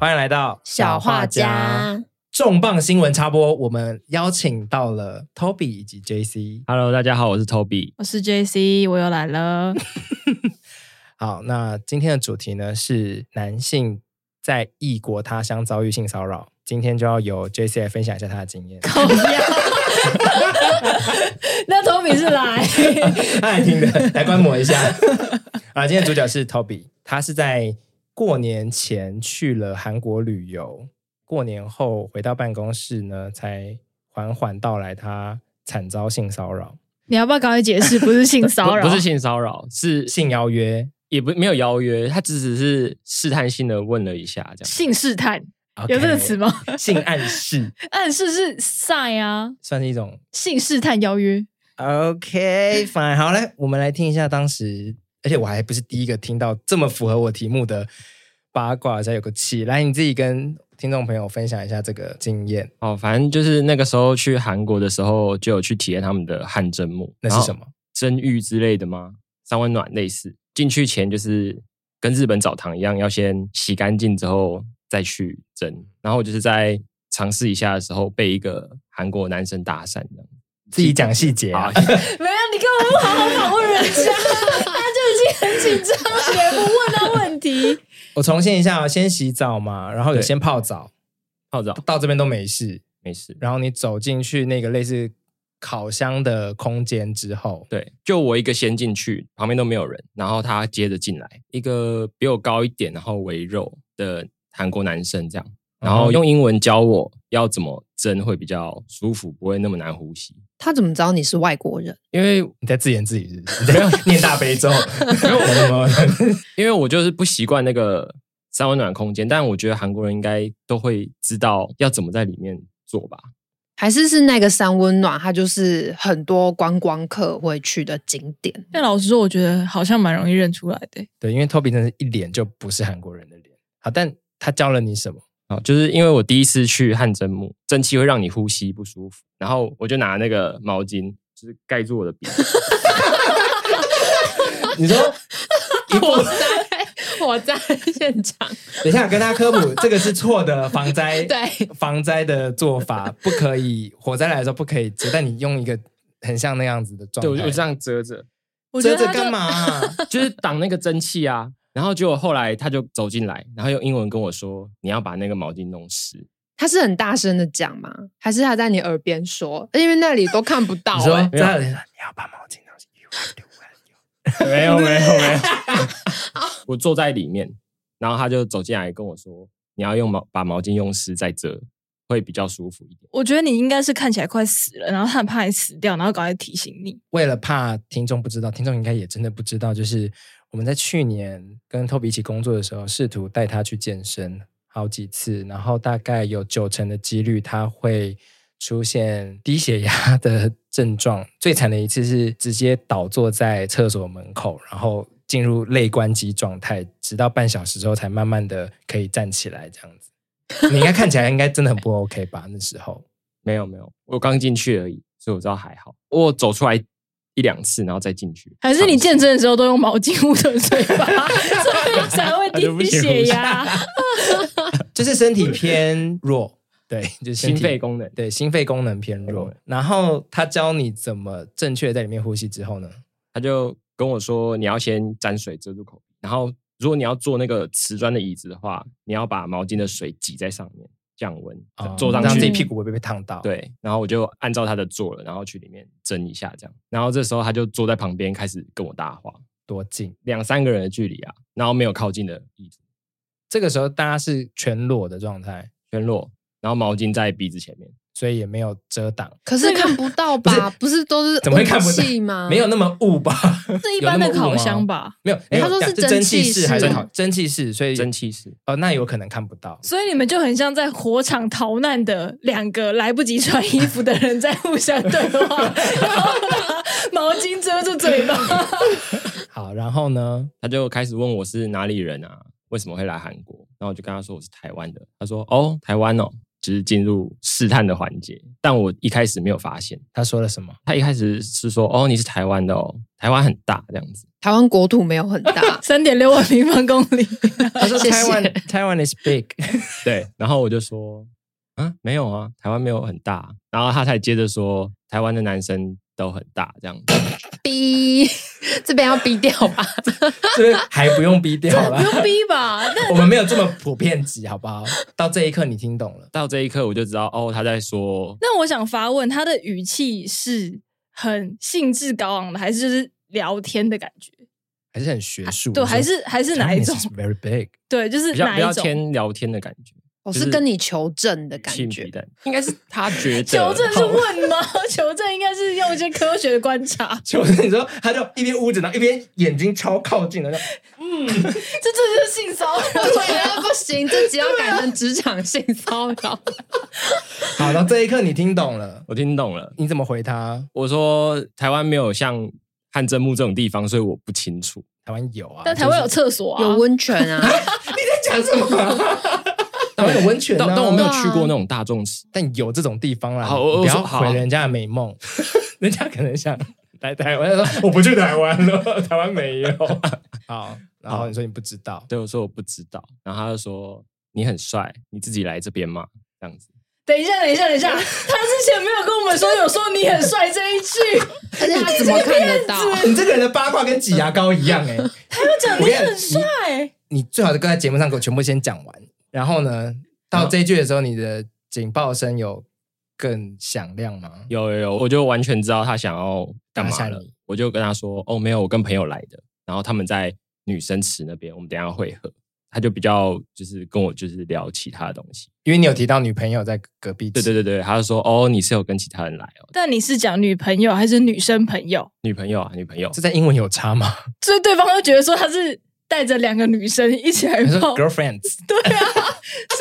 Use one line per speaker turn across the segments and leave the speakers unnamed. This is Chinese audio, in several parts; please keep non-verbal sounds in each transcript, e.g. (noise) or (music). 来到
小画家。
重磅新闻插播，我们邀请到了 Toby 以及 JC。
Hello，大家好，我是 Toby。
我是 J C，我又来了。，
(laughs) 好，那今天的主题呢是男性在异国他乡遭遇性骚扰。今天就要由 JC 来分享一下他的经验
靠呀！ (laughs) 那托比是来，
他来听的，
(laughs)
来观摩一下。 (laughs) 啊，今天的主角是 Toby，他是在过年前去了韩国旅游，过年后回到办公室呢，才缓缓道来他惨遭性骚扰、
你要不要赶快解释？不是性骚扰，
不不是性骚扰，是
性邀约。
也不没有邀约，他只只是试探性的问了一下，这样。
性试探，有这个词吗？
OK，性暗示
暗示是晒啊，
算是一种
性试探邀约。
OK fine。好来，我们来听一下当时，而且我还不是第一个听到这么符合我题目的八卦，才有个气。来，你自己跟听众朋友分享一下这个经验，
哦，反正就是那个时候去韩国的时候，就有去体验他们的汗蒸幕，
那是什
么
么？
蒸浴之类的吗？三温暖类似。进去前就是跟日本澡堂一样，要先洗干净之后再去蒸。然后我就是在尝试一下的时候，被一个韩国男生搭讪这样。
自己讲细节啊。
没有，你根本不好好访问人家，他就已经很紧张了，也不问他问题。
我重现一下、哦，先洗澡嘛，然后有
对
先泡澡，
泡澡
到这边都没事。
(laughs) 没事。
然后你走进去那个类似烤箱的空间之后，
对，就我一个先进去，旁边都没有人，然后他接着进来，一个比我高一点，然后围肉的韩国男生这样，然后用英文教我要怎么蒸会比较舒服，不会那么难呼吸。
他怎么知道你是外国人？
因为
你在自言自语是不是，你在念大悲咒。
因为我就是不习惯那个三温暖空间，但我觉得韩国人应该都会知道要怎么在里面做吧。
还是是那个三温暖，它就是很多观光客会去的景点。
但老实说，我觉得好像蛮容易认出来的。
对，因为 Toby 真的是一脸就不是韩国人的脸。好，但他教了你什么？
啊，就是因为我第一次去汗蒸幕，蒸汽会让你呼吸不舒服，然后我就拿那个毛巾，就是盖住我的鼻子。
(laughs) 你说，
我在我在现场，
等一下跟他科普，这个是错的防灾，
对，
防灾的做法不可以，火灾来的时候不可以遮，但你用一个很像那样子的状态，
对，我就我就这样遮着，
我觉
遮
得
着
他就
干嘛
(laughs)
啊、
就是挡那个蒸汽啊。然后结果后来他就走进来，然后用英文跟我说：“你要把那个毛巾弄湿。
他是很大声的讲吗？还是他在你耳边说？因为那里都看不到、
你说
欸，
这样，你要把毛巾弄湿。You have to wear your- ”
没有没有没有，我坐在里面，然后他就走进来跟我说：“你要用毛把毛巾用湿再遮，会比较舒服一点。
我觉得你应该是看起来快死了，然后他很怕你死掉，然后赶快提醒你。
为了怕听众不知道，听众应该也真的不知道，就是我们在去年跟 Toby 一起工作的时候，试图带他去健身好几次，然后大概有九成的几率他会出现低血压的症状。最惨的一次是直接倒坐在厕所门口，然后进入类关机状态，直到半小时之后才慢慢的可以站起来，这样子。你应该看起来应该真的很不 OK 吧？那时候，”
没有没有，我刚进去而已，所以我知道还好。我走出来一两次，然后再进去，
还是你
见。
健身的时候都用毛巾捂着嘴巴，所以才会低血压？
就是身体偏弱，对，就是身
心
体
肺功能
对，心肺功能偏弱
对。
然后他教你怎么正确地在里面呼吸之后呢？
他就跟我说，你要先沾水遮住口鼻，然后如果你要坐那个瓷砖的椅子的话，你要把毛巾的水挤在上面降温，坐上
哦啊让
去
自己屁股不会被烫到。，
对，然后我就按照他的做了，然后去里面蒸一下这样，然后这时候他就坐在旁边开始跟我搭话，
多近？
两三个人的距离啊，然后没有靠近的意图，
这个时候大家是全裸的状态，
全裸，然后毛巾在鼻子前面，
所以也没有遮挡，
可是看不到吧？不是都是
怎么会看不
雾气吗？
到？没有，那么雾吧？
是一般的烤箱吧？
没有，没有
他说是
这蒸
蒸
汽
汽
室还是
室
烤蒸汽室？所以
蒸汽室
哦，那有可能看不到。
所以你们就很像在火场逃难的两个来不及穿衣服的人在互相对话，然后拿毛巾遮住嘴巴。，
好，然后呢？
他就开始问我是哪里人啊，为什么会来韩国？然后我就跟他说我是台湾的。他说哦，台湾哦，就是进入试探的环节，但我一开始没有发现。
他说了什么？
他一开始是说：“哦，你是台湾的哦，台湾很大这样子。
台湾国土没有很大
三点六万平方公里，
(laughs) 他说
谢谢
台湾台湾 is big，”
(laughs) 对，然后我就说：“啊，没有啊，台湾没有很大。”然后他才接着说：“台湾的男生都很大这样子。
逼这边要逼掉吧？
这还不用逼掉
不用
了。
逼吧？
(laughs)
但
我们没有这么普遍级，好不好？到这一刻你听懂了”，
到这一刻我就知道，哦，他在说
那我想发问，他的语气是很兴致高昂的，还是就是聊天的感觉？
还是很学术。
啊对，
你说
还是还是哪一种
Taiwan？is Very big，
对，就是
比较
哪
比较
一 (laughs) 种？
偏聊天的感觉，
我
就是
是跟你求证的感
性
觉
皮，蛋应该是他 (laughs) 觉得
求证是问吗？ (laughs) 求证应该是用一些科学的观察，
就是你说他就一边捂着，然后一边眼睛超靠近
(laughs)
的，
(laughs) 这这就是性骚
(laughs)
扰。(laughs)
(laughs) 对啊，不行，这集要改成职场性骚扰。
好，到这一刻你听懂了，
我听懂了。
你怎么回他？
我说台湾没有像汉正木这种地方，所以我不清楚。
台湾有啊，
但台湾有厕所
(laughs)
啊，
有温泉
(laughs)
啊，
就是讲什么
(laughs)
啊？台湾有温泉啊，
但但我没有
对啊
去过那种大众池，
但有这种地方啦，
好我
你不
我
要
说好
毁人家的美
(laughs)
梦，人家可能想来台湾，他说我不去
(laughs)
台湾了，台湾没有。好，然后你说你不知道，
对我说我不知道，然后他就说你很帅，你自己来这边嘛，这样子。
等一下，等一下，等一下，他之前没有跟我们说有说你很帅这一句，
(laughs) 而且他怎么看得到？
你这个人的八卦跟挤牙膏一
(laughs)
样哎、
他又讲
我跟
你
你讲
很帅，
你最好是跟在节目上给我全部先讲完，然后呢，到这一句的时候，你的警报声有更响亮吗？
有有有，我就完全知道他想要
打
干嘛
下
了
你。
我就跟他说：“哦，没有，我跟朋友来的，然后他们在女生池那边，我们等一下会合。”他就比较就是跟我就是聊其他的东西。
因为你有提到女朋友在隔壁，
对对，对对，他就说：“哦，你是有跟其他人来哦，
但你是讲女朋友还是女生朋友？
女朋友啊，女朋友。”
这在英文有差
(laughs)
吗？
所以对方会觉得说他是带着两个女生一起
(laughs)
来
你说
泡，啊
girlfriends，
是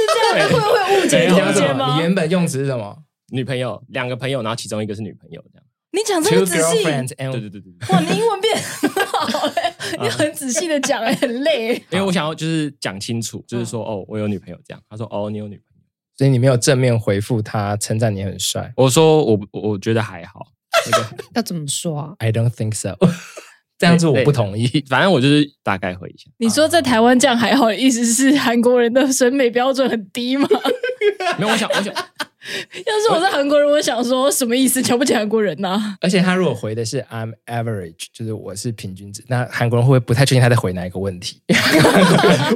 这样的，会不会误解
没有
中
你
间
什么？
吗
你？原本用词是什么
女朋友，两个朋友，然后其中一个是女朋友，这样。
你讲这
？Two
么仔细，
girlfriends
对
and
对对对，对
哇，你英文变很好嘞，你很仔细的讲，哎很累欸。
因为我想要就是讲清
嗯
楚，就是说哦，我有女朋友这样。他说哦，你有女朋友。
所以你没有正面回复他，称赞你很帅。
我说我我我觉得还好，那个 (laughs)
要怎么说啊？
I don't think so 。 (laughs) 这样子我不同意。
反正我就是大概回一下。
(laughs) 你说在台湾这样还好，意思是韩国人的审美标准很低吗？ (laughs)
没有，我想我
要
想
是我是韩国人，我想说什么意思？瞧不起韩国人呐、
而且他如果回的是 I'm average，就是我是平均值，那韩国人会不会不太确定他在回哪一个问题？ (laughs)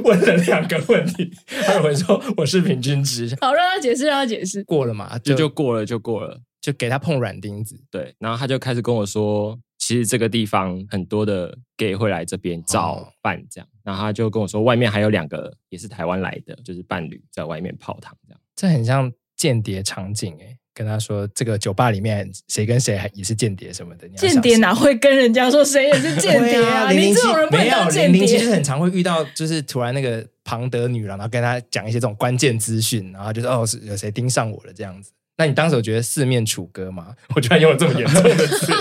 问了两个问题，他回说我是平均值，
好，让他解释，让他解释。
过了嘛，就
就就
就
过了就过了。
就给他碰软钉子。
对，然后他就开始跟我说，其实这个地方很多的 gay 会来这
哦
边找伴这样，然后他就跟我说，外面还有两个也是台湾来的，就是伴侣在外面泡汤这样。
这很像间谍场景诶、跟他说这个酒吧里面谁跟谁还也是间谍什么的，你要小
间
心
谍哪会跟人家说谁也是间谍
对啊？
你
007
这种人不能
没有
当间
零零七就是
谍。
很常会遇到，就是突然那个庞德女郎，然后跟他讲一些这种关键资讯，然后就是哦是有谁盯上我了这样子。那你当时有觉得四面楚歌吗？我居然用了这么严重的词，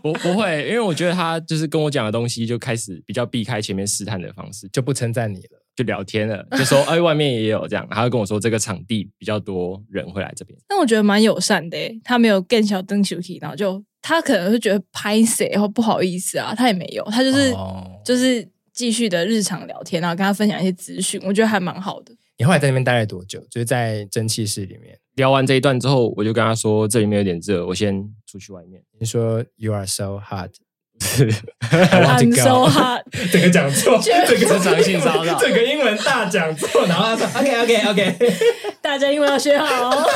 不不会，因为我觉得他就是跟我讲的东西就开始比较避开前面试探的方式，就
就不称赞你了。
就聊天了，就说哎外面也有这样，他就跟我说这个场地比较多人会来这边。
但我觉得蛮友善的、欸，他没有更小灯球体，然后就他可能会觉得拍谁或不好意思啊，他也没有，他就是、
哦
就是继续的日常聊天，然后跟他分享一些资讯，我觉得还蛮好的。
你后来在那边待了多久？就是在蒸汽室里面，
聊完这一段之后，我就跟他说这里面有点热，我先出去外面。
你说 You are so hot，
I'm so hot，
这个讲错，这个
职场性骚扰
这个英文大讲错，然后他说 OK OK OK，
大家英文要学好哦。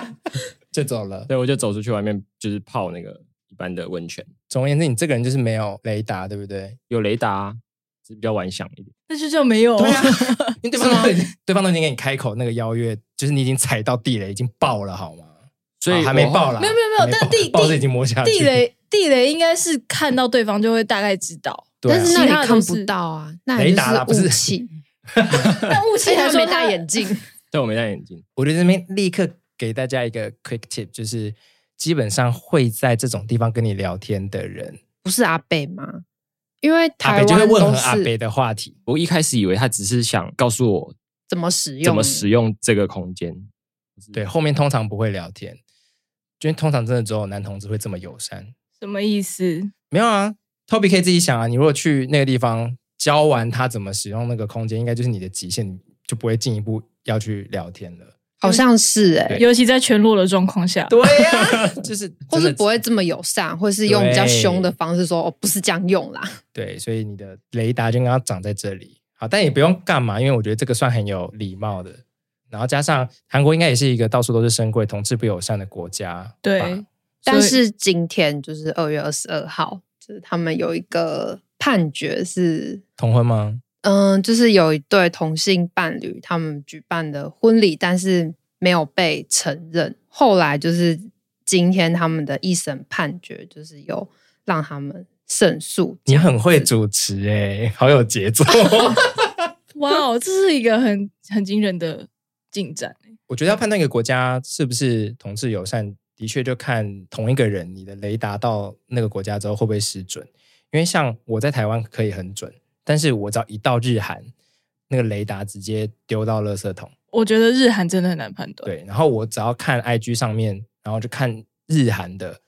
(laughs)
就走了。
对，我就走出去外面，就是泡那个一般的温泉，
总而言之，你这个人就是没有雷达，对不对？
有雷达，只是比较晚想一点。
但是就没有、
对啊，
(laughs)
因为对方都已经对方都已经给你开口那个邀约，就是你已经踩到地雷，已经爆了，好吗？
所以
啊
我
还没爆啦，
没有没有没有
还爆 (laughs)
但地
爆
地
是已经摸下去，
地雷地雷应该是看到对方就会大概知
(laughs)
道，
对啊
但是那里看不到啊，那里
雷达啦
就
不是
雾气，
但雾
而且
气
哎他
还
没
说
戴
他
眼镜，
(laughs) 对我没戴眼镜，
我就这边立刻给大家一个 quick tip，就是基本上会在这种地方跟你聊天的人，
(laughs) 不是阿贝吗？因为
阿
台
北就会
湾
问
都
很阿北
是
的话题。
我一开始以为他只是想告诉我
怎么使用，
怎么使用这个空间，是
对，后面通常不会聊天，因为通常真的只有男同志会这么友善。
什么意思？
没有啊，Toby 可以自己想啊。你如果去那个地方教完他怎么使用那个空间，应该就是你的极限，你就不会进一步要去聊天了。
好像是哎、
尤其在全裸的状况下，
对 (laughs) 呀、就是
或
真
是
的
不会这么友善，或是用比较
对
凶的方式说，哦，不是这样用啦。
对，所以你的雷达就刚刚长在这里。好，但也不用干嘛，因为我觉得这个算很有礼貌的。然后加上韩国应该也是一个到处都是深贵、同志不友善的国家吧。
对
但
所以
是今天就是二月二十二号，就是他们有一个判决是，
同婚吗？
嗯，就是有一对同性伴侣他们举办的婚礼，但是没有被承认。后来就是今天他们的一审判决，就是有让他们胜诉。
你很会主持哎、好有节奏。 (laughs)
哇哦，这是一个很很惊人的进展。
我觉得要判断一个国家是不是同志友善，的确就看同一个人你的雷达到那个国家之后会不会失准。因为像我在台湾可以很准，但是我只要一到日韩，那个雷达直接丢到垃圾桶。
我觉得日韩真的很难判断。
对，然后我只要看 IG 上面，然后就看日韩的，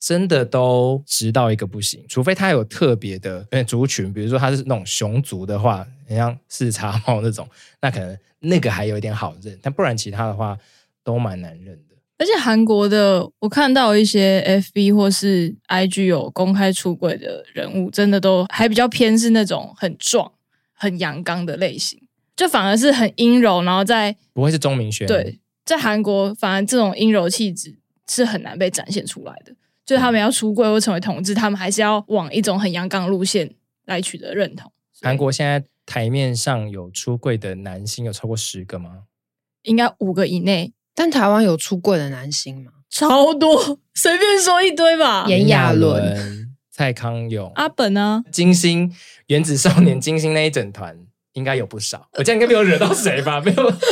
真的都直到一个不行，除非他有特别的呃族群，比如说他是那种熊族的话，很像四叉猫那种，那可能那个还有一点好认，但不然其他的话都蛮难认的。
而且韩国的，我看到一些 FB 或是 IG 有公开出轨的人物，真的都还比较偏是那种很壮、很阳刚的类型，就反而是很阴柔，然后在
不会是钟明轩？
对，在韩国，反而这种阴柔气质是很难被展现出来的。就是他们要出柜或成为同志，他们还是要往一种很阳刚的路线来取得认同。
韩国现在台面上有出柜的男星有超过十个吗？
应该五个以内，
但台湾有出柜的男星吗？
超多，随便说一堆吧。
严亚伦
炎亚纶、蔡康永、
阿本啊，
金星、原子少年、金星那一整团应该有不少。我这样应该没有惹到谁吧？没有。
(laughs)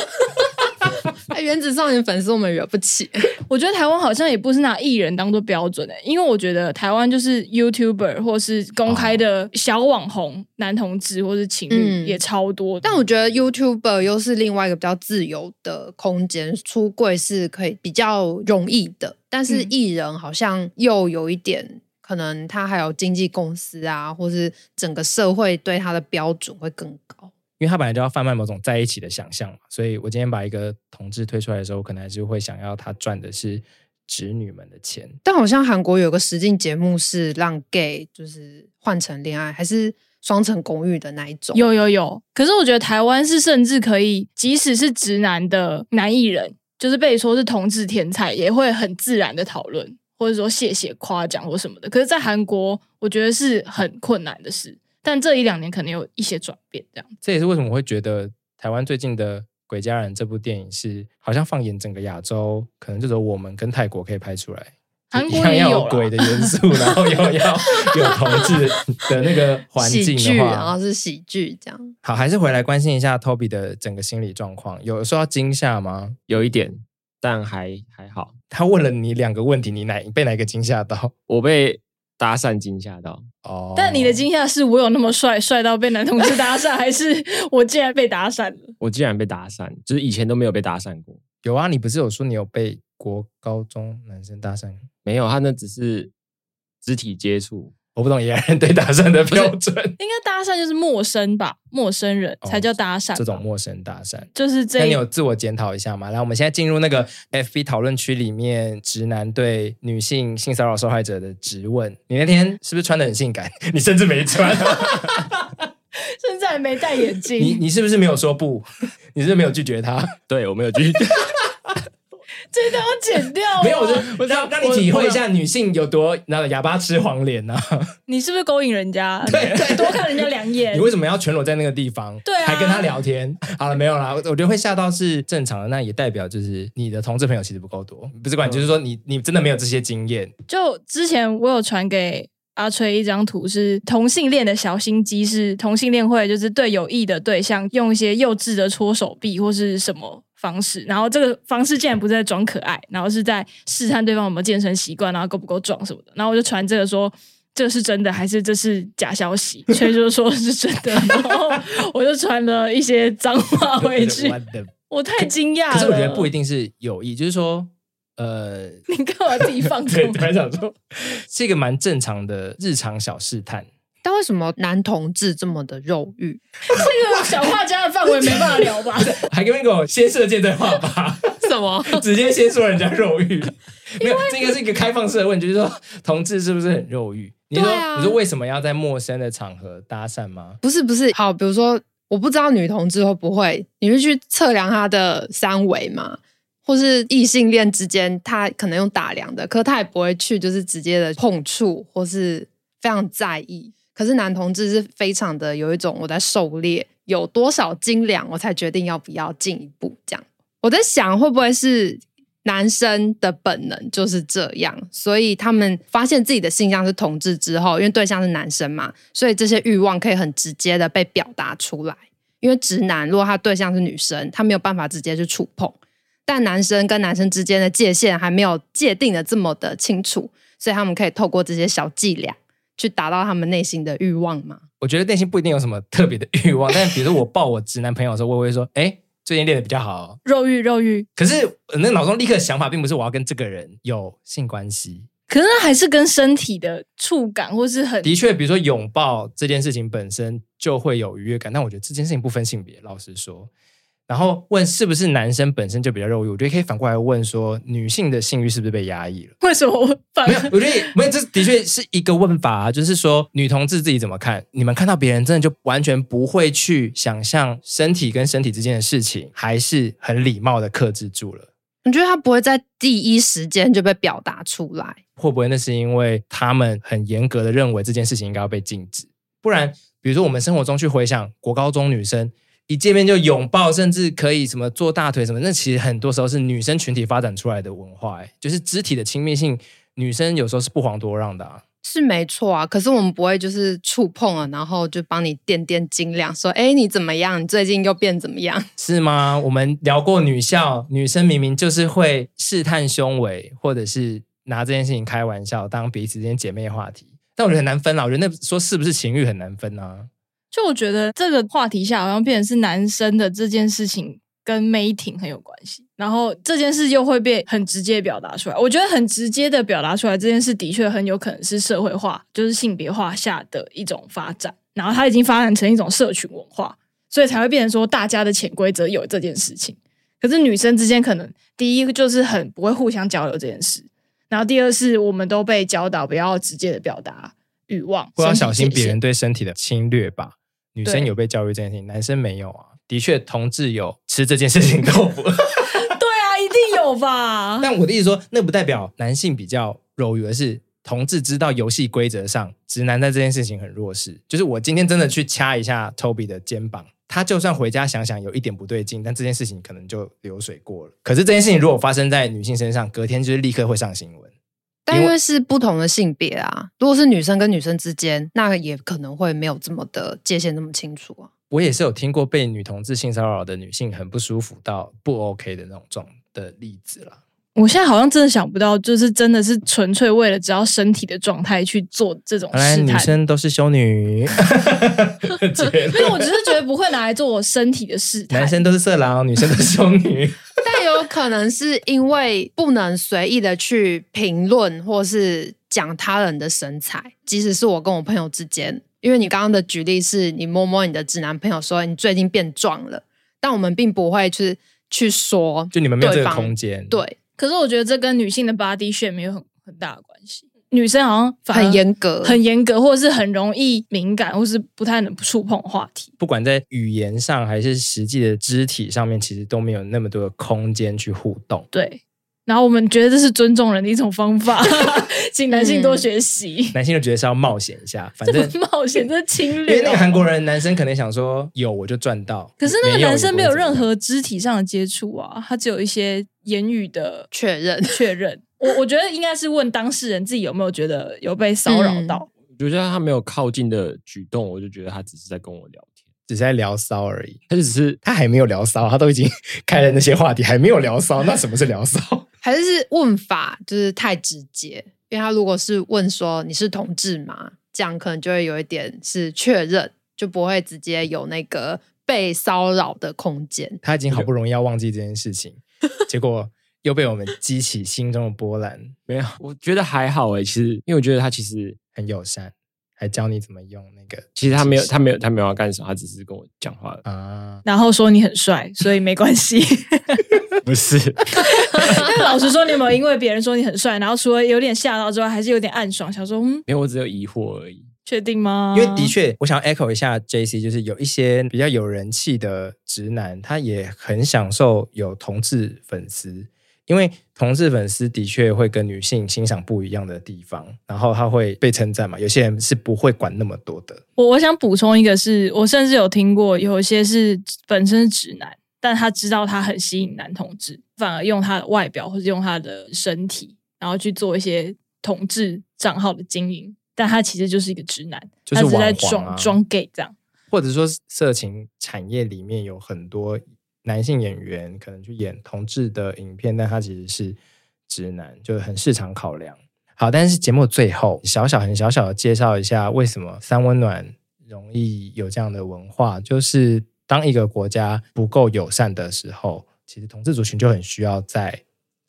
哎，原子少年粉丝我们惹不起。
我觉得台湾好像也不是拿艺人当做标准诶、欸因为我觉得台湾就是 YouTuber 或是公开的小网红、男同志或是情侣
哦嗯
也超多。
但我觉得 YouTuber 又是另外一个比较自由的空间，出柜是可以比较容易的，但是
嗯
艺人好像又有一点，可能他还有经纪公司啊，或是整个社会对他的标准会更高。
因为他本来就要贩卖某种在一起的想象嘛，所以我今天把一个同志推出来的时候，我可能还是会想要他赚的是侄女们的钱。
但好像韩国有个实境节目是让 gay 就是换成恋爱，还是双层公寓的那一种，
有有有，可是我觉得台湾是甚至可以，即使是直男的男艺人，就是被说是同志天才，也会很自然的讨论，或者说谢谢夸奖或什么的。可是，在韩国，我觉得是很困难的事。但这一两年可能有一些转变，这样
这也是为什么我会觉得台湾最近的《鬼家人》这部电影是好像放眼整个亚洲，可能就只有我们跟泰国可以拍出来。
韩
一
国
样
也
要
有
有
啦
鬼的元素，然后又要
(laughs)
有同志的那个环
喜
境
剧，
的
然后
啊
话，
是喜剧这样。
好，还是回来关心一下 Toby 的整个心理状况。有受到惊吓吗？
有一点，但还还好。
他问了你两个问题，你哪被哪一个惊吓到？
我被搭讪惊吓到，
哦，
但你的惊吓是我有那么帅，帅到被男同志搭讪，还是我竟然被搭讪了？
我竟然被搭讪，就是以前都没有被搭讪过。
有啊，你不是有说你有被国高中男生搭讪？ (laughs)
没有，他那只是肢体接触，
我不懂野人对搭讪的标准，
应该搭讪就是陌生吧，陌生人
哦
才叫搭讪吧、
这种陌生搭讪。
就是
那
这
你
一
有自我检讨一下吗？来，我们现在进入那个 FB 讨论区里面，直男对女性性骚扰受害者的质问。你那天是不是穿的很性感？ (laughs) 你甚至没穿，啊
现在没戴眼镜。
你你是不是没有说不？ (laughs) 你是不是没有拒绝他？
对我没有
(laughs)
拒绝。
(laughs) 这段要剪掉哦
没有，我
吗
就让让你体会一下女性有多那个哑巴吃黄连啊！
你是不是勾引人家？
对
多看人家两眼
你。为什么要全裸在那个地方？
对啊
还跟他聊天？好了，没有啦，我我觉得会吓到是正常的，那也代表就是你的同志朋友其实不够多，不是管，就是说你你真的没有这些经验，
就之前我有传给阿吹一张图，是同性恋的小心机，是同性恋会就是对有意的对象用一些幼稚的搓手臂或是什么。方式，然后这个方式竟然不是在装可爱，然后是在试探对方有没有健身习惯，然后够不够壮什么的。然后我就传这个说这是真的还是这是假消息， (laughs) 所以就说是真的。然后我就传了一些脏话回去。
What the
我太惊讶了。
可是我觉得不一，定是有意，就是说，呃，
你干嘛自己放
对，(laughs)
纵？
突然想说，是一个蛮正常的日常小试探。
但为什么男同志这么的肉欲？
这个小画家的范围没办法聊吧？
还跟跟我先射箭对话吧，
什么？
直接先说人家肉欲，没有，这应该是一个开放式的问题，就是说同志是不是很肉欲？你说、
对啊
你说为什么要在陌生的场合搭讪吗？
(laughs) 不是不是，好，比如说，我不知道女同志会不会，你会去测量她的三围嘛，或是异性恋之间，她可能用打量的，可她也不会去就是直接的碰触，或是非常在意。可是男同志是非常的有一种我在狩猎，有多少斤两我才决定要不要进一步这样。我在想会不会是男生的本能就是这样，所以他们发现自己的性向是同志之后，因为对象是男生嘛，所以这些欲望可以很直接的被表达出来。因为直男如果他对象是女生，他没有办法直接去触碰，但男生跟男生之间的界限还没有界定的这么的清楚，所以他们可以透过这些小伎俩去达到他们内心的欲望嘛。
我觉得内心不一定有什么特别的欲望，但比如说我抱我直男朋友的时候，我也会说，哎、最近练的比较好哦、
肉欲，肉欲，
可是我那脑中立刻想法并不是我要跟这个人有性关系。
可是那还是跟身体的触感，或是很
的确，比如说拥抱这件事情本身就会有愉悦感，但我觉得这件事情不分性别，老实说。然后问是不是男生本身就比较肉欲，我觉得可以反过来问说，女性的性欲是不是被压抑了？
为什么我反
没有，我觉得也没有，这的确是一个问法、啊，就是说女同志自己怎么看？你们看到别人真的就完全不会去想象身体跟身体之间的事情，还是很礼貌的克制住了？
我觉得他不会在第一时间就被表达出来。
会不会那是因为他们很严格的认为这件事情应该要被禁止？不然，比如说我们生活中去回想国高中女生一见面就拥抱，甚至可以什么做大腿什么，那其实很多时候是女生群体发展出来的文化、欸，就是肢体的亲密性，女生有时候是不遑多让的、啊。
是没错啊，可是我们不会就是触碰了，然后就帮你掂掂斤两，说哎你怎么样？你最近又变怎么样？
是吗？我们聊过女校，女生明明就是会试探胸围，或者是拿这件事情开玩笑，当彼此之间姐妹话题。但我觉得很难分啦，我觉得那说是不是情欲很难分啊？
就我觉得这个话题下，好像变成是男生的这件事情跟 mating 很有关系，然后这件事又会被很直接表达出来。我觉得很直接的表达出来这件事，的确很有可能是社会化，就是性别化下的一种发展，然后它已经发展成一种社群文化，所以才会变成说大家的潜规则有这件事情。可是女生之间可能第一就是很不会互相交流这件事，然后第二是我们都被教导不要直接的表达欲望，
或要小
身
心
体界
别
限
人对身体的侵略吧。女生
对
有被教育这件事情，男生没有啊。的确，同志有吃这件事情豆腐，
对啊，一定有吧？
但我的意思说，那不代表男性比较柔弱，而是同志知道游戏规则上，直男在这件事情很弱势。就是我今天真
嗯
的去掐一下 Toby 的肩膀，他就算回家想想有一点不对劲，但这件事情可能就流水过了。可是这件事情如果发生在女性身上，隔天就是立刻会上新闻。
但
因为
因为是不同的性别啊，如果是女生跟女生之间，那也可能会没有这么的界限那么清楚啊。
我也是有听过被女同志性骚扰的女性很不舒服到不 OK 的那种状的例子啦。
我现在好像真的想不到，就是真的是纯粹为了只要身体的状态去做这种
原来
试
女
探。
生都是修女， (laughs) 结
因为
论
我只是觉得不会拿来做我身体的试探
男，生都是色狼，女生都是修女。
但有可能是因为不能随意的去评论或是讲他人的身材，即使是我跟我朋友之间，因为你刚刚的举例是你摸摸你的直男朋友说你最近变壮了，但我们并不会去去说
就你们没有这
对
个
方
空间，
对，
可是我觉得这跟女性的 body shape 有很很大的关系。女生好像反而
很严格，
很严格，或者是很容易敏感，或是不太能触碰话题。
不管在语言上还是实际的肢体上面，其实都没有那么多的空间去互动。
对，然后我们觉得这是尊重人的一种
(laughs)
方法，请男性多学习。
男性就觉得是要冒险一下，嗯反
这
正
么冒险，这侵
因为
略
那
哦、
个韩国人男生可能想说有我就赚到，
可是那个
没有
男生没有任。
也不会怎么样
何肢体上的接触啊，他只有一些言语的
确认。 (laughs)
确 (laughs) 认。我我觉得应该是问当事人自己有没有觉得有被骚扰到。
我觉得他没有靠近的举动，我就觉得他只是在跟我聊天，
只是在聊骚而已，
他就只是
他还没有聊骚，他都已经 (laughs) 开了那些话题，还没有聊骚，那什么是聊骚？ (laughs)
还是是问法就是太直接，因为他如果是问说你是同志吗，这样可能就会有一点是确认，就不会直接有那个被骚扰的空间。
他已经好不容易要忘记这件事
(laughs)
情，结果又被我们激起心中的波澜。
没有，我觉得还好欸诶、其实因为我觉得他其实
很友善，还教你怎么用那个
其实他没有他没有他没有要干什么，他只是跟我讲话而已。
啊， (laughs)
然后说你很帅，所以没关系。 (laughs)
不是，
但老实说，你有没有因为别人说你很帅，然后除了有点吓到之外，还是有点暗爽，想说嗯，
因为我只有疑惑而已。
确定吗？
因为的，确，我想要 echo 一下 J C，就是有一些比较有人气的直男，他也很享受有同志粉丝，因为同志粉丝的确会跟女性欣赏不一样的地方，然后他会被称赞嘛。有些人是不会管那么多的，
我我想补充一个是，我甚至有听过有一些是本身是直男，但他知道他很吸引男同志，反而用他的外表或者用他的身体，然后去做一些同志账号的经营，但他其实就是一个直男，
就是
他只是在
网黄
装、
啊
装 gay 这样。
或者说色情产业里面有很多男性演员可能去演同志的影片，但他其实是直男，就很市场考量。好，但是节目最后小小很小小的介绍一下，为什么三温暖容易有这样的文化，就是当一个国家不够友善的时候，其实同志族群就很需要在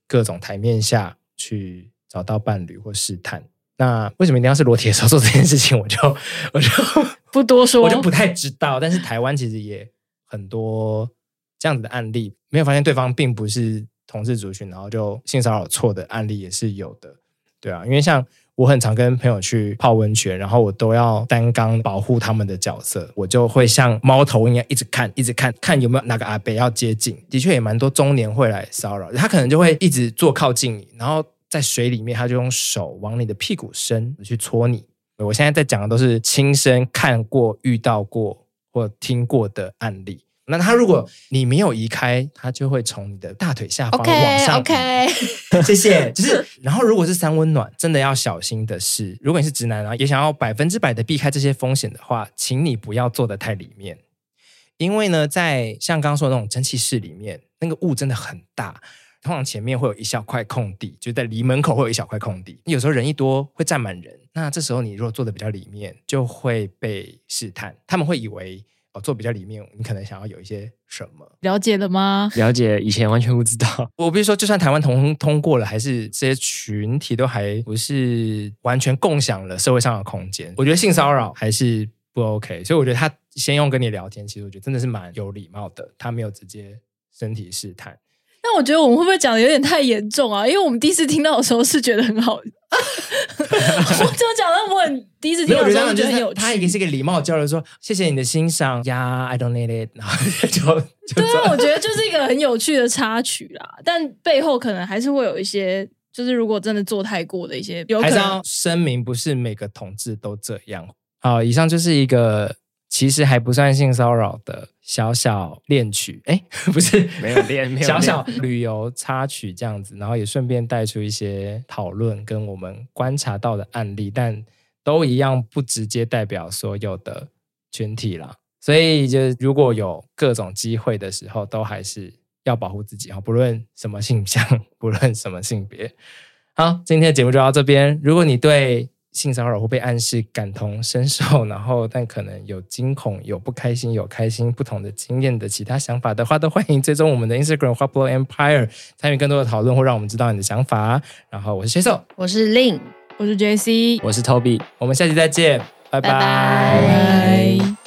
各种台面下去找到伴侣或试探。那为什么一定要是裸体的时候做这件事情？我就我就
不多说
我就不太知道。但是台湾其实也很多这样子的案例，没有发现对方并不是同志族群，然后就性骚扰错的案例也是有的，对啊，因为像。我很常跟朋友去泡温泉，然后我都要担纲保护他们的角色，我就会像猫头鹰一样一直看，一直看看有没有哪个阿伯要接近。的确也蛮多中年会来骚扰，他可能就会一直坐靠近你，然后在水里面他就用手往你的屁股伸去搓你，我现在在讲的都是亲身看过、遇到过或听过的案例。那他如果你没有移开，他就会从你的大腿下方往
OK
上移。
OK，
(laughs) 谢谢。就是，然后如果是三温暖，真的要小心的是，如果你是直男啊，也想要百分之百的避开这些风险的话，请你不要坐得太里面，因为呢，在像刚刚说的那种蒸汽室里面，那个雾真的很大。通常前面会有一小块空地，就在离门口会有一小块空地。有时候人一多会站满人，那这时候你如果坐的比较里面，就会被试探，他们会以为哦坐比较里面，你可能想要有一些什么。
了解了吗？
了解，以前完全不知道。
我必须说，就算台湾同通过了，还是这些群体都还不是完全共享了社会上的空间。我觉得性骚扰还是不 OK，所以我觉得他先用跟你聊天，其实我觉得真的是蛮有礼貌 (laughs) 的，他没有直接身体试探。
但我觉得我们会不会讲的有点太严重啊？因为我们第一次听到的时候是觉得很好， (laughs) 我就讲到我很第一次听
我
到
觉
的时
得
候
他
觉
就
得很
是
有
他也
趣。
是一个礼貌交流，说谢谢你的欣赏呀、i don't need it，然后就就
对啊，我觉得就是一个很有趣的插曲啦， (laughs) 但背后可能还是会有一些，就是如果真的做太过的一些，有可
还是
能
要声明，不是每个同志都这样。好，以上就是一个其实还不算性骚扰的小小恋曲，哎，不是，
没有练，没有
小
练
小旅游插曲这样子，然后也顺便带出一些讨论跟我们观察到的案例，但都一样不直接代表所有的群体啦。所以就是如果有各种机会的时候，都还是要保护自己啊，不论什么性向，不论什么性别。好，今天的节目就到这边。如果你对性骚扰或被暗示感同身受，然后但可能有惊恐、有不开心、有开心不同的经验的其他想法的话，都欢迎追踪我们的 Instagram 花 p l o Empire，参与更多的讨论或让我们知道你的想法。啊然后我是 Jason，
我是 Lin。
我是 J C，
我是 Toby，
我们下期再见，拜
拜拜
拜。